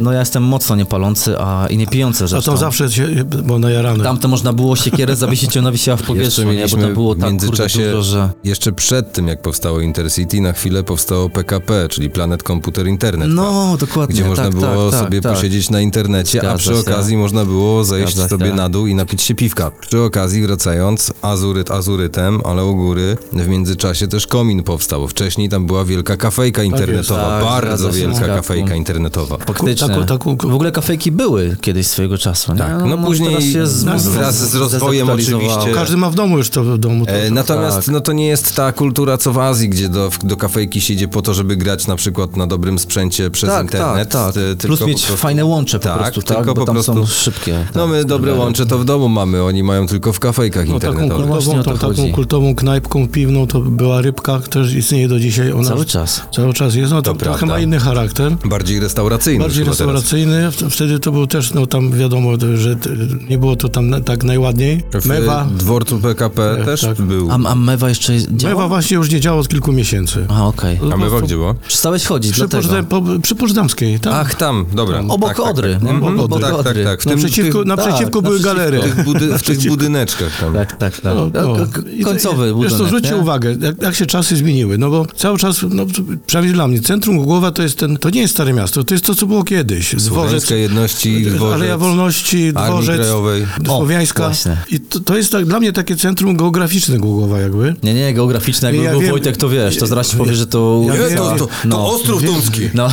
S3: no ja jestem mocno niepalący, a i nie pijący
S2: A
S3: zresztą.
S2: tam zawsze się, bo no najarane.
S3: Tam to można było siekierę zawiesić, ona wisiała w powietrzu, nie? bo
S1: mieliśmy
S3: tam było
S1: w
S3: tak
S1: międzyczasie
S3: kurde dużo, że...
S1: Jeszcze przed tym, jak powstało Intercity, na chwilę powstało PKP, czyli Planet Komputer Internet.
S3: No, dokładnie,
S1: tak. Gdzie można
S3: tak,
S1: było
S3: tak,
S1: sobie
S3: tak,
S1: posiedzieć na internecie, a
S3: Zgadza
S1: przy
S3: się.
S1: okazji można było zejść
S3: Zgadza
S1: sobie
S3: się.
S1: na dół i napić się piwka. Przy okazji wracając, azuryt azurytem, ale u góry w międzyczasie też komin powstał. bo Wcześniej tam była wielka kafejka internetowa,
S3: Tak,
S1: bardzo
S3: zgadza się.
S1: wielka
S3: Tak.
S1: kafejka internetowa.
S3: tak. Faktyczne.
S2: Taku- taku-
S3: w ogóle kafejki były kiedyś swojego czasu, nie?
S1: Tak, no później
S3: teraz się z,
S1: wraz z rozwojem
S3: zdezaktualizowało.
S1: oczywiście.
S2: Każdy ma w domu już to w domu. To,
S1: E, Natomiast
S3: tak.
S1: no to nie jest ta kultura co w Azji, gdzie do, do kafejki się idzie po to, żeby grać na przykład na dobrym sprzęcie przez
S3: Tak,
S1: internet.
S3: tak, tak.
S1: e, tylko
S3: Plus
S1: po
S3: mieć
S1: prostu-
S3: fajne łącze po
S1: Tak,
S3: prostu, tak?
S1: tylko
S3: Bo
S1: po
S3: tam są
S1: prostu-
S3: szybkie. tak.
S1: No my dobre łącze to w domu mamy, oni mają tylko w kafejkach
S2: No, taką
S1: internetowych.
S3: właśnie
S2: kultową,
S3: o to
S2: tą, taką
S3: chodzi.
S2: kultową knajpką piwną to była rybka, też istnieje do dzisiaj.
S1: no.
S2: Ona
S3: Cały czas.
S2: cały czas jest, no to,
S1: To
S2: trochę
S1: prawda.
S2: ma inny charakter.
S1: Bardziej restauracyjny.
S2: Bardziej
S1: już chyba teraz.
S2: restauracyjny, W- wtedy to był też, no tam wiadomo, że t- nie było to tam na, tak najładniej.
S1: W
S2: Mewa,
S1: e, dworcu PKP też
S2: tak.
S1: był.
S3: E, A, a mewa jeszcze
S2: mewa
S3: działa?
S2: właśnie już nie działa od kilku miesięcy.
S3: A, okej.
S1: A my gdzie było?
S3: Przestałeś chodzić,
S2: Przy,
S3: dlatego.
S2: Poczta- po, przy Pocztamskiej, tak?
S1: Ach, tam, dobra.
S3: Obok
S1: tak, tak,
S3: Odry,
S1: Tak,
S3: nie?
S1: Mhm.
S3: Obok Odry.
S1: tak, tak, tak. W tym,
S2: Naprzeciwko,
S1: tych,
S2: naprzeciwko
S3: tak,
S2: były
S3: naprzeciwko.
S2: galerie.
S1: tych, budy, w tych budyneczkach tam.
S3: Tak, tak, tak.
S2: No, no.
S3: K- k- Końcowy
S2: Wiesz
S3: budynek,
S2: co, zwróćcie
S3: nie?
S2: uwagę, jak, jak się czasy zmieniły, no bo cały czas, no, przynajmniej dla mnie, centrum Głogowa to jest ten, to nie jest Stare Miasto, to jest to, co było kiedyś. Dworzec,
S1: Słowiańskie jedności, dworzec,
S2: Aleja Wolności,
S1: Armii
S2: Dworzec,
S1: Krajowej.
S3: O,
S2: Słowiańska.
S3: właśnie.
S2: I to, to jest tak, dla mnie takie centrum geograficzne Głogowa jakby.
S3: Nie, nie, geograficzne, jakby
S2: Ja
S3: był
S2: wiem.
S3: Wojtek, to wiesz, to zaraz ci powie, że to...
S2: Ja
S1: Nie,
S2: wiem,
S1: to, to, to
S3: No.
S1: Ostrów
S2: Wiem.
S1: Tumski.
S3: No,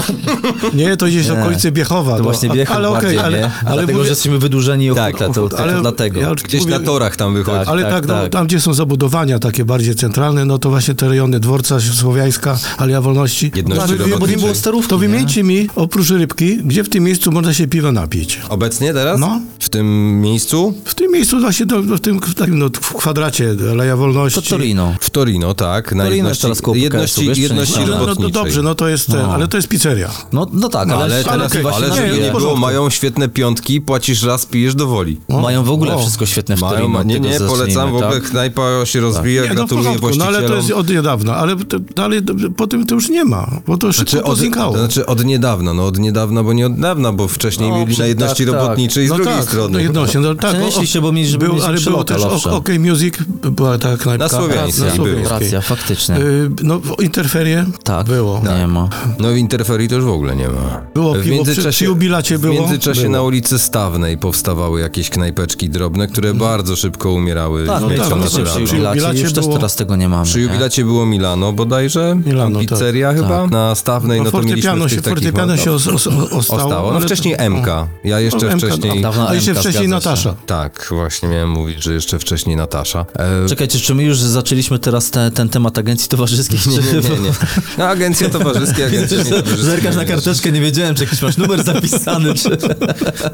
S2: Nie, to gdzieś w
S3: Nie.
S2: okolicy Biechowa.
S3: to właśnie
S2: a-
S3: Biechów
S2: ale okej,
S3: bardziej,
S2: ale,
S3: nie? No,
S2: ale
S3: dlatego,
S2: mówię-
S3: że jesteśmy wydłużeni o
S1: Tak,
S3: tak, to, to,
S2: ale-
S3: to dlatego.
S2: ja-
S1: Gdzieś
S2: mówię-
S1: na torach tam wychodzi.
S3: Tak,
S2: Ale tak, no,
S3: tak.
S2: tam gdzie są zabudowania takie bardziej centralne, no to właśnie te rejony Dworca Słowiańska, Aleja Wolności. No,
S1: Jedności
S2: Wy- wy-
S1: Robotniczej.
S3: Bo nie było starówki,
S2: To
S3: nie?
S2: wymieńcie mi, oprócz Rybki, gdzie w tym miejscu można się piwa napić.
S1: Obecnie teraz?
S2: No.
S1: W tym miejscu?
S2: W tym miejscu właśnie, do, do, w tym w takim, no, w kwadracie Aleja Wolności.
S3: To Torino.
S1: W Torino, tak. Na
S3: Torino jest teraz koło PKS-u,
S1: jedności,
S3: wiesz,
S1: jedności
S3: przeniesione.
S2: No, no to
S1: robotniczej.
S2: dobrze, no to jest ten, ale to jest pizzeria.
S3: No, no tak,
S1: Ale,
S3: ale,
S1: teraz,
S2: okej,
S1: ale
S2: właśnie
S1: żeby
S2: nie,
S1: nie,
S2: w
S1: było,
S2: porządku.
S1: mają świetne piątki, płacisz raz, pijesz do woli.
S3: mają w ogóle
S2: O.
S3: wszystko świetne w
S1: Mają,
S3: Torino.
S1: ma- nie,
S3: tego
S1: nie,
S3: zacznijmy,
S1: polecam, w ogóle
S3: Tak?
S1: knajpa się rozwija,
S2: Nie, no w
S1: gratuluję
S2: porządku, no
S1: właścicielom.
S2: ale to jest od niedawna, ale to, dalej d- po tym to już nie ma, bo to szybko
S1: Czy
S2: znaczy,
S1: od,
S2: poznikało.
S1: to znaczy od niedawna, no od niedawna, bo nie od dawna, bo wcześniej
S3: No,
S1: mieli
S3: przy-
S1: na jedności
S3: tak, tak.
S1: robotniczej
S2: no
S1: z drugiej
S2: tak, No
S1: strony.
S2: jedności, no tak.
S3: Przenieśli się, bo mieli- żeby
S2: był,
S3: mieć
S2: ale
S3: przy
S2: było
S3: lokal
S2: też
S3: owszem.
S2: OK Music, była ta knajpka.
S1: Na Słowiańskiej
S2: Na
S1: był.
S2: Słowiańskiej.
S3: Racja, faktycznie.
S2: Y, No, w Interferie
S3: Tak,
S2: było.
S3: nie ma.
S1: No w interferii to już w ogóle nie ma.
S2: Było piwo, przy- przy jubilacie było?
S1: W międzyczasie
S2: Było.
S1: na ulicy Stawnej powstawały jakieś knajpeczki drobne,
S2: Mhm.
S1: które bardzo szybko umierały.
S3: Tak, no
S1: śmiercią
S3: tak,
S2: no
S3: faktycznie
S1: naturalną.
S3: przy
S2: Przy jubilacie
S3: jubilacie już też
S2: było-
S3: teraz tego nie mamy.
S1: Przy
S3: nie?
S1: jubilacie było Milano bodajże,
S2: Milano, tak.
S1: pizzeria chyba, na Stawnej, no,
S2: No,
S1: to mieliśmy
S2: fortepiano
S1: z
S2: się,
S1: tych takich
S2: fortepiano się
S1: momentów.
S2: os, os, os, ostało.
S1: ostało, no
S2: ale-
S1: wcześniej MK, ja jeszcze
S2: MK,
S1: wcześniej...
S3: no, dawno
S2: A jeszcze
S3: MK,
S2: wcześniej
S3: zgadza się.
S2: Natasza.
S1: Tak, właśnie miałem mówić, że jeszcze wcześniej Natasza. E,
S3: Czekajcie, czy my już zaczęliśmy teraz te, ten temat agencji towarzyskich? Czy...
S1: nie, nie, nie. No, agencje towarzyskie, agencje nietowarzyskie.
S3: Zerkasz na karteczkę, nie wiedziałem, czy jakiś masz numer zapisany, czy...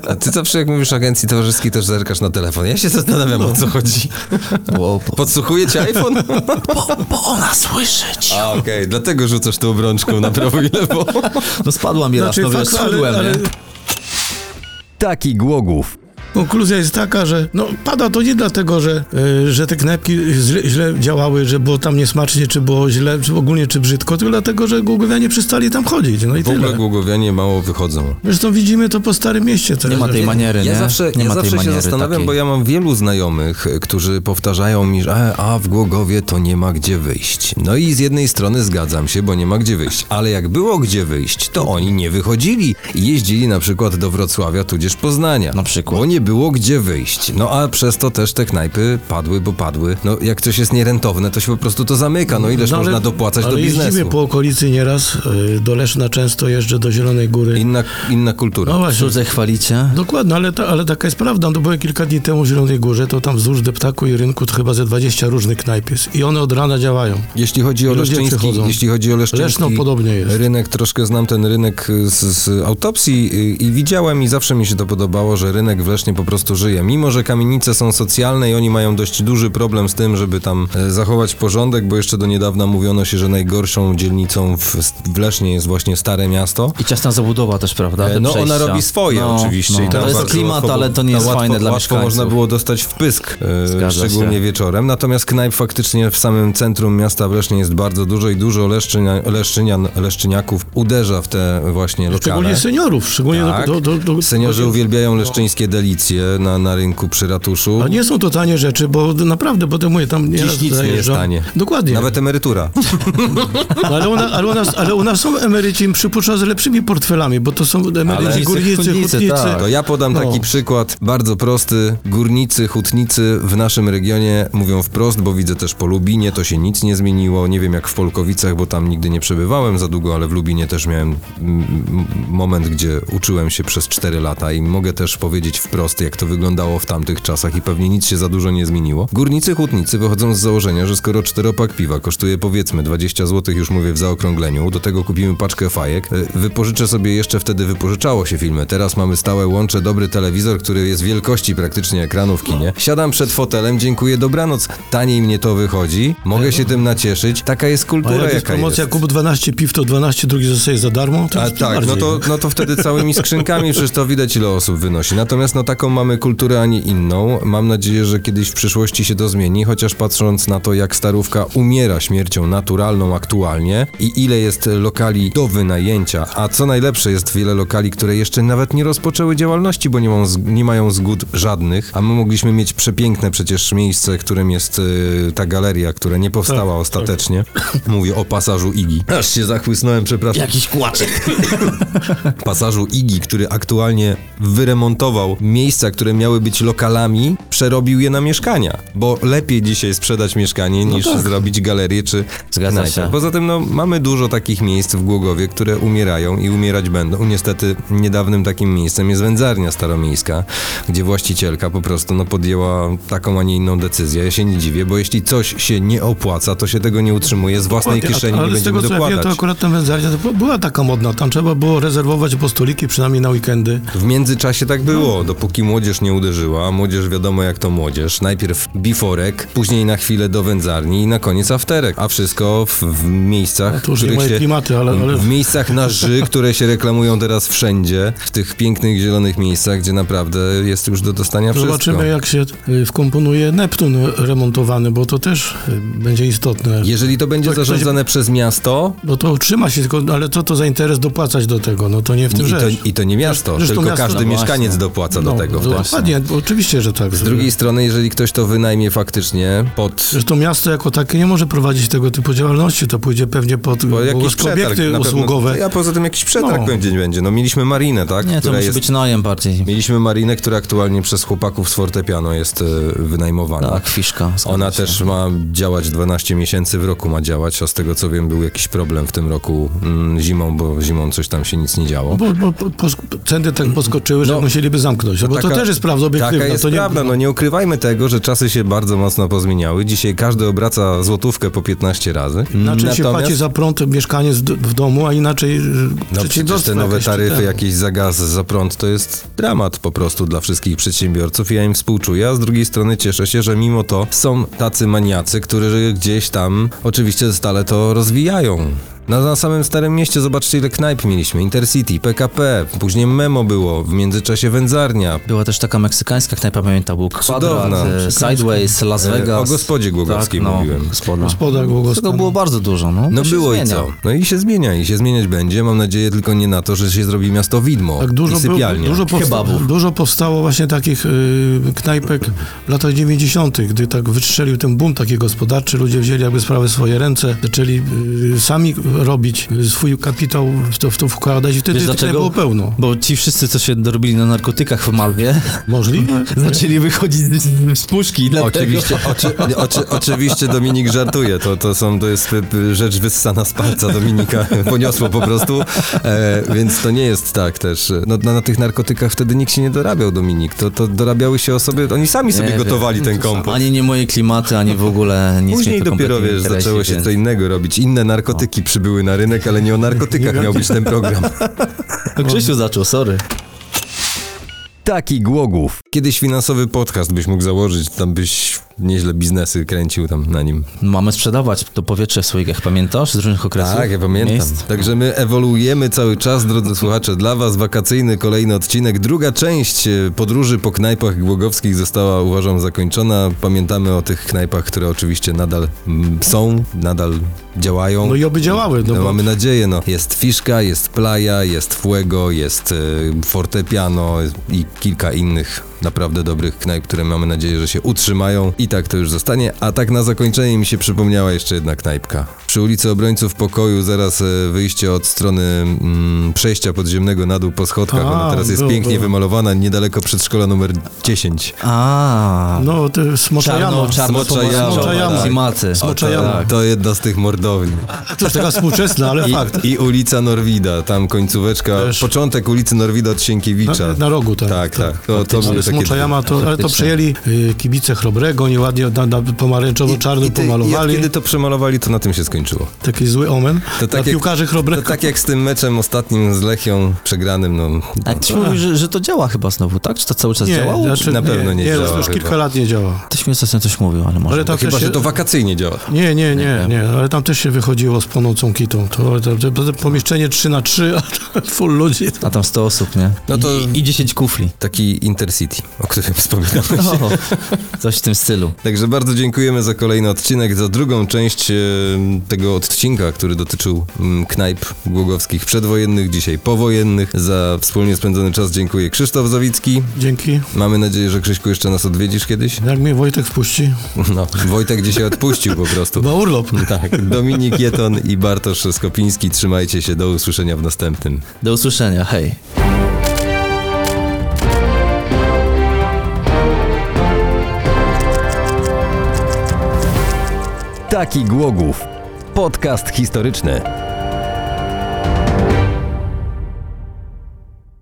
S1: A ty zawsze jak mówisz agencji towarzyskiej, też zerkasz na telefon. Ja się zastanawiam, o co chodzi.
S3: Wow, po,
S1: Podsłuchuje cię iPhone?
S3: bo ona słyszeć.
S1: A, okej, dlatego rzucasz tą obrączką na prawo i lewo.
S3: No spadła mi raz,
S2: Znaczy,
S3: no wiesz,
S2: fakt, ale,
S3: spadłem,
S2: ale
S3: nie?
S1: Taki głogów.
S2: konkluzja jest taka, że no, pada to nie dlatego, że, y, że te knajpki źle, źle działały, że było tam niesmacznie, czy było źle, czy ogólnie, czy brzydko, tylko dlatego, że Głogowianie przestali tam chodzić, no i
S1: W ogóle
S2: tyle.
S1: głogowianie mało wychodzą.
S2: Zresztą widzimy to po Starym Mieście teraz.
S3: Nie ma tej
S2: że-
S3: maniery,
S1: Ja
S3: nie?
S1: zawsze,
S3: nie
S1: ja
S3: ma
S1: zawsze
S3: tej
S1: się
S3: maniery
S1: zastanawiam,
S3: takiej.
S1: bo ja mam wielu znajomych, y, którzy powtarzają mi, że e, a w Głogowie to nie ma gdzie wyjść. No i z jednej strony zgadzam się, bo nie ma gdzie wyjść, ale jak było gdzie wyjść, to oni nie wychodzili i jeździli na przykład do Wrocławia tudzież Poznania.
S3: Na przykład.
S1: Bo nie było gdzie wyjść. No a przez to też te knajpy padły, bo padły. No jak coś jest nierentowne, to się po prostu to zamyka. No ileż
S2: No, ale-
S1: można dopłacać
S2: ale
S1: do biznesu?
S2: jeździmy po okolicy nieraz, y, do Leszna często jeżdżę, do Zielonej Góry.
S1: Inna, inna kultura.
S2: No właśnie,
S3: Cudze chwalicie?
S2: Dokładnie, ale, ta, ale taka jest prawda. No, byłem kilka dni temu w Zielonej Górze, to tam wzdłuż deptaku i rynku to chyba ze 20 różnych knajp jest. I one od rana działają.
S1: Jeśli chodzi o
S2: Ludzie
S1: Leszczyński,
S2: przychodzą.
S1: jeśli chodzi o Leszczyński,
S2: Leszno podobnie jest.
S1: Rynek, troszkę znam ten rynek z, z autopsji i, i widziałem i zawsze mi się to podobało, że rynek w Lesznie po prostu żyje. Mimo, że kamienice są socjalne i oni mają dość duży problem z tym, żeby tam e, zachować porządek, bo jeszcze do niedawna mówiono się, że najgorszą dzielnicą w, w Lesznie jest właśnie Stare Miasto.
S3: I ciasna zabudowa też, prawda? Te
S1: E, No ona
S3: przejścia.
S1: robi swoje
S3: No,
S1: oczywiście.
S3: no.
S1: i tam
S3: to jest
S1: bardzo
S3: klimat,
S1: łatwo-
S3: ale to nie
S1: tam
S3: jest
S1: łatwo,
S3: fajne dla
S1: Łatwo
S3: mieszkańców.
S1: można było dostać w pysk, e,
S3: Zgadza
S1: szczególnie
S3: się.
S1: wieczorem. Natomiast knajp faktycznie w samym centrum miasta w Lesznie jest bardzo dużo i dużo leszczynia, leszczynian, leszczyniaków uderza w te właśnie lokale.
S2: Szczególnie seniorów, szczególnie
S1: Tak.
S2: do, do, do, do
S1: Seniorzy uwielbiają leszczyńskie delicje na, na rynku przy ratuszu.
S2: A nie są to tanie rzeczy, bo naprawdę, bo to mówię, tam nie
S1: Dziś nic nie jest tanie.
S2: Dokładnie.
S1: Nawet emerytura.
S2: No, ale, ona, ale, u nas, ale u nas są emeryci, przypuszczam, z lepszymi portfelami, bo to są emeryci,
S1: Ale-
S2: górnicy,
S3: hutnicy,
S2: hutnicy.
S3: tak.
S1: To ja podam
S2: No.
S1: taki przykład bardzo prosty. Górnicy, hutnicy w naszym regionie mówią wprost, bo widzę też po Lubinie, to się nic nie zmieniło. Nie wiem jak w Polkowicach, bo tam nigdy nie przebywałem za długo, ale w Lubinie też miałem mm, m- moment, gdzie uczyłem się przez 4 lata i mogę też powiedzieć wprost, jak to wyglądało w tamtych czasach i pewnie nic się za dużo nie zmieniło. Górnicy, hutnicy wychodzą z założenia, że skoro czteropak piwa kosztuje powiedzmy 20 zł, już mówię w zaokrągleniu, do tego kupimy paczkę fajek, y, wypożyczę sobie jeszcze wtedy wypożyczało się filmy. Teraz mamy stałe łącze, dobry telewizor, który jest wielkości praktycznie ekranu w kinie. Siadam przed fotelem, dziękuję, dobranoc. Taniej mnie to wychodzi, mogę się tym nacieszyć. Taka jest
S2: A
S1: kultura,
S2: jak jest
S1: jaka
S2: promocja,
S1: jest.
S2: kup 12 piw, to 12, drugi zostaje za darmo. To
S1: A
S2: jest
S1: tak, no
S2: bardziej.
S1: to, no to wtedy całymi skrzynkami przecież to widać ile osób wynosi. Natomiast no taką mamy kulturę, a nie inną. Mam nadzieję, że kiedyś w przyszłości się to zmieni, chociaż patrząc na to, jak starówka umiera śmiercią naturalną aktualnie i ile jest lokali do wynajęcia, a co najlepsze jest wiele lokali, które jeszcze nawet nie rozpoczęły działalności, bo nie, mają z, nie mają zgód żadnych, a my mogliśmy mieć przepiękne przecież miejsce, którym jest y, ta galeria, która nie powstała ostatecznie. Mówię o pasażu Igi. Tak, Aż się zachłysnąłem, przepraszam
S3: Jakiś kłaczek.
S1: pasażu Igi, który aktualnie wyremontował miejsca, które miały być lokalami, przerobił je na mieszkania, bo lepiej dzisiaj sprzedać mieszkanie
S2: No
S1: niż
S2: tak.
S1: zrobić galerię czy
S3: Zgadza
S1: knajpę.
S3: się.
S1: Poza tym no, mamy dużo takich miejsc w Głogowie, które umierają i umierać będą. Niestety niedawnym takim miejscem jest wędzarnia staromiejska, gdzie właścicielka po prostu no, podjęła taką, a nie inną decyzję. Ja się nie dziwię, bo jeśli coś się nie opłaca, to się tego nie utrzymuje z własnej
S2: Dokładnie, a-
S1: kieszeni, nie
S2: Ale z tego
S1: będziemy
S2: co ja wiem,
S1: dokładać.
S2: to akurat tam wędzarnia to by- była taka modna. Tam trzeba było rezerwować po stoliki, przynajmniej na weekendy.
S1: W międzyczasie tak było, dopóki młodzież nie uderzyła, a młodzież wiadomo jak to młodzież. Najpierw biforek, później na chwilę do wędzarni i na koniec afterek, a wszystko w, w miejscach,
S2: To już nie
S1: których
S2: moje
S1: się,
S2: klimaty, ale, ale
S1: w miejscach na ży, które się reklamują teraz wszędzie, w tych pięknych zielonych miejscach, gdzie naprawdę jest już do dostania wszystko.
S2: No zobaczymy jak się y, wkomponuje Neptun remontowany, bo to też y, będzie istotne.
S1: Jeżeli to będzie
S2: Tak, ktoś-
S1: zarządzane przez miasto,
S2: Bo to utrzyma się, tylko, ale co to za interes dopłacać do tego? No to nie w tym
S1: i to,
S2: rzecz.
S1: i to nie miasto,
S2: Zresztą
S1: tylko
S2: miasto-
S1: każdy
S2: no
S1: mieszkaniec dopłaca do
S2: No,
S1: tego. tego. wtedy.
S2: Dokładnie, bo oczywiście, że tak.
S1: Z drugiej strony, jeżeli ktoś to wynajmie faktycznie pod...
S2: Zresztą miasto jako takie nie może prowadzić tego typu działalności, to pójdzie pewnie pod
S1: Bo jakiś
S2: bogowskie
S1: przetarg,
S2: obiekty
S1: na pewno-
S2: usługowe.
S1: Ja poza tym jakiś przetarg
S2: No.
S1: będzie, będzie. No mieliśmy marinę, tak?
S3: Nie, to
S1: Która
S3: musi
S1: jest-
S3: być najem bardziej.
S1: Mieliśmy Marinę, która aktualnie przez chłopaków z fortepianu jest e, wynajmowana.
S3: Tak, fiszka. zgadza
S1: Ona
S3: się.
S1: też ma działać 12 miesięcy w roku ma działać, a z tego co wiem był jakiś problem w tym roku mm, zimą, bo zimą coś tam się nic nie działo.
S2: Bo, bo, bo, posk- ceny tak poskoczyły, że
S1: No.
S2: musieliby zamknąć. Bo
S1: Taka-
S2: to też jest prawda obiektywna.
S1: Taka jest
S2: to nie,
S1: prawda, no nie ukrywajmy tego, że czasy się bardzo mocno pozmieniały. Dzisiaj każdy obraca złotówkę po 15 razy.
S2: Inaczej Znaczy No, się płaci za prąd mieszkanie z- w domu, a inaczej y,
S1: No przecież te nowe taryfy,
S2: jak...
S1: jakieś za gaz, za prąd, to jest dramat po prostu dla wszystkich przedsiębiorców i ja im współczuję, a z drugiej strony cieszę się, że mimo to są tacy maniacy, którzy gdzieś tam oczywiście stale to rozwijają. Na, na samym Starym Mieście zobaczcie ile knajp mieliśmy, Intercity, PKP, później Memo było, w międzyczasie wędzarnia,
S3: Była też taka meksykańska knajpa, pamiętam, był kwadrat,
S1: Cudowna.
S3: e, Sideways, Las
S1: E,
S3: Vegas. Tak, no,
S1: o gospodzie głogowskiej mówiłem.
S3: Gospoda.
S2: Gospoda
S3: Tego
S2: Głogowska.
S3: było bardzo dużo, no.
S1: No
S3: To się
S1: było i
S3: zmienia.
S1: co? No i się zmienia, i się zmieniać będzie. Mam nadzieję tylko nie na to, że się zrobi miasto widmo
S2: Tak, dużo,
S1: i
S2: było-
S1: sypialnie.
S2: dużo, powsta-
S3: Kebabów.
S2: dużo powstało właśnie takich y, knajpek w latach 90., gdy tak wystrzelił ten boom taki gospodarczy, ludzie wzięli jakby sprawy w swoje ręce, zaczęli y, sami robić y, swój kapitał, w to, w to wkładać i wtedy
S3: Wiesz
S2: tych knajp
S3: dlaczego?
S2: było pełno.
S3: Bo ci wszyscy, co się dorobili na narkotykach w Malwie,
S2: Możliwe?
S3: zaczęli wychodzić z- z puszki. Dlatego...
S1: Oczywiście, oczy, oczy, oczywiście Dominik żartuje, to, to, są, to jest y, y, rzecz wyssana z palca Dominika, poniosło po prostu, e, więc to nie jest tak też. No, na, na tych narkotykach wtedy nikt się nie dorabiał, Dominik, to, to dorabiały się osoby, oni sami sobie
S3: Nie wiem.
S1: gotowali ten kompot.
S3: E, Ani nie moje klimaty, ani w ogóle nic
S1: Później
S3: mnie to
S1: dopiero,
S3: kompletnie
S1: wiesz,
S3: nie
S1: zaczęło
S3: interesuje,
S1: się co
S3: więc-
S1: innego robić, inne narkotyki przybyły na rynek, ale nie o narkotykach miał być ten program.
S3: No, Krzysiu zaczął, sorry.
S1: Taki Głogów. Kiedyś finansowy podcast byś mógł założyć, tam byś nieźle biznesy kręcił tam na nim.
S3: Mamy sprzedawać to powietrze w słoikach, pamiętasz? Z różnych okresów?
S1: Tak, ja pamiętam.
S3: Miejsc?
S1: Także my ewoluujemy cały czas, drodzy słuchacze. Dla was wakacyjny kolejny odcinek. Druga część e, podróży po knajpach głogowskich została, uważam, zakończona. Pamiętamy o tych knajpach, które oczywiście nadal mm, są, nadal działają.
S2: No i oby działały, no
S1: No,
S2: bo
S1: mamy nadzieję, no. Jest Fiszka, jest Playa, jest Fuego, jest e, Fortepiano i kilka innych naprawdę dobrych knajp, które mamy nadzieję, że się utrzymają i tak to już zostanie. A tak na zakończenie mi się przypomniała jeszcze jedna knajpka. Przy ulicy Obrońców Pokoju zaraz e, wyjście od strony mm, przejścia podziemnego na dół po schodkach.
S2: A,
S1: Ona teraz jest
S2: było,
S1: pięknie
S2: było.
S1: wymalowana niedaleko przedszkola numer 10.
S3: A,
S2: no, te smocza jama.
S3: czarno, czarno,
S1: Smocza jama.
S2: Smocza jama.
S3: klimaty.
S1: O,
S2: Smocza
S1: to-
S2: jama.
S1: To jedna z tych mordowni.
S2: To jest taka współczesna, ale fakt.
S1: I, I ulica Norwida, tam końcóweczka,
S2: Też.
S1: początek ulicy Norwida od Sienkiewicza.
S2: Na, na rogu, tak.
S1: tak, tak. To, to
S2: Ale
S1: były takie...
S2: Smocza jama, to, ale to
S3: Faktycznie.
S2: przejęli y, kibice Chrobrego, nieładnie na, na pomarańczowo-czarnym
S1: I ty-
S2: pomalowali.
S1: I kiedy to przemalowali, to na tym się skończyło.
S2: Taki zły omen.
S1: To tak
S2: Dla
S1: jak-
S2: piłkarzy
S1: To
S2: Chrobrego.
S1: tak jak z tym meczem ostatnim z Lechią przegranym, no...
S3: A ktoś mówi, że, że to działa chyba znowu, tak? Czy to cały czas działało?
S1: znaczy- Na pewno nie
S2: nie no,
S1: działa
S2: już
S1: chyba.
S2: kilka lat nie działa.
S3: Ktoś mi ostatnio coś mówił, ale może.
S2: Ale tam
S1: Chyba,
S2: też się,
S1: że to wakacyjnie działa.
S2: Nie, nie, nie, nie, no, ale tam też się wychodziło z płonącą kitą. To, to, to, to pomieszczenie 3 na 3 a tam full ludzi.
S3: A tam 100 osób, nie?
S1: No to-
S3: I, I 10 kufli.
S1: Taki Intercity, o którym wspominałem.
S3: O, coś w tym stylu.
S1: Także bardzo dziękujemy za kolejny odcinek, za drugą część e, tego odcinka, który dotyczył mm, knajp głogowskich przedwojennych, dzisiaj powojennych. Za wspólnie spędzony czas dziękuję Krzysztof Zawicki.
S2: Dzięki.
S1: Mamy nadzieję, że Krzyśku jeszcze nas odwiedzisz kiedyś.
S2: Jak mnie Wojtek wpuści,
S1: No, Wojtek dzisiaj odpuścił po prostu.
S2: bo urlop.
S1: Tak, Dominik Jeton i Bartosz Skopiński, trzymajcie się, do usłyszenia w następnym.
S3: Do usłyszenia, hej.
S1: Taki Głogów. Podcast historyczny.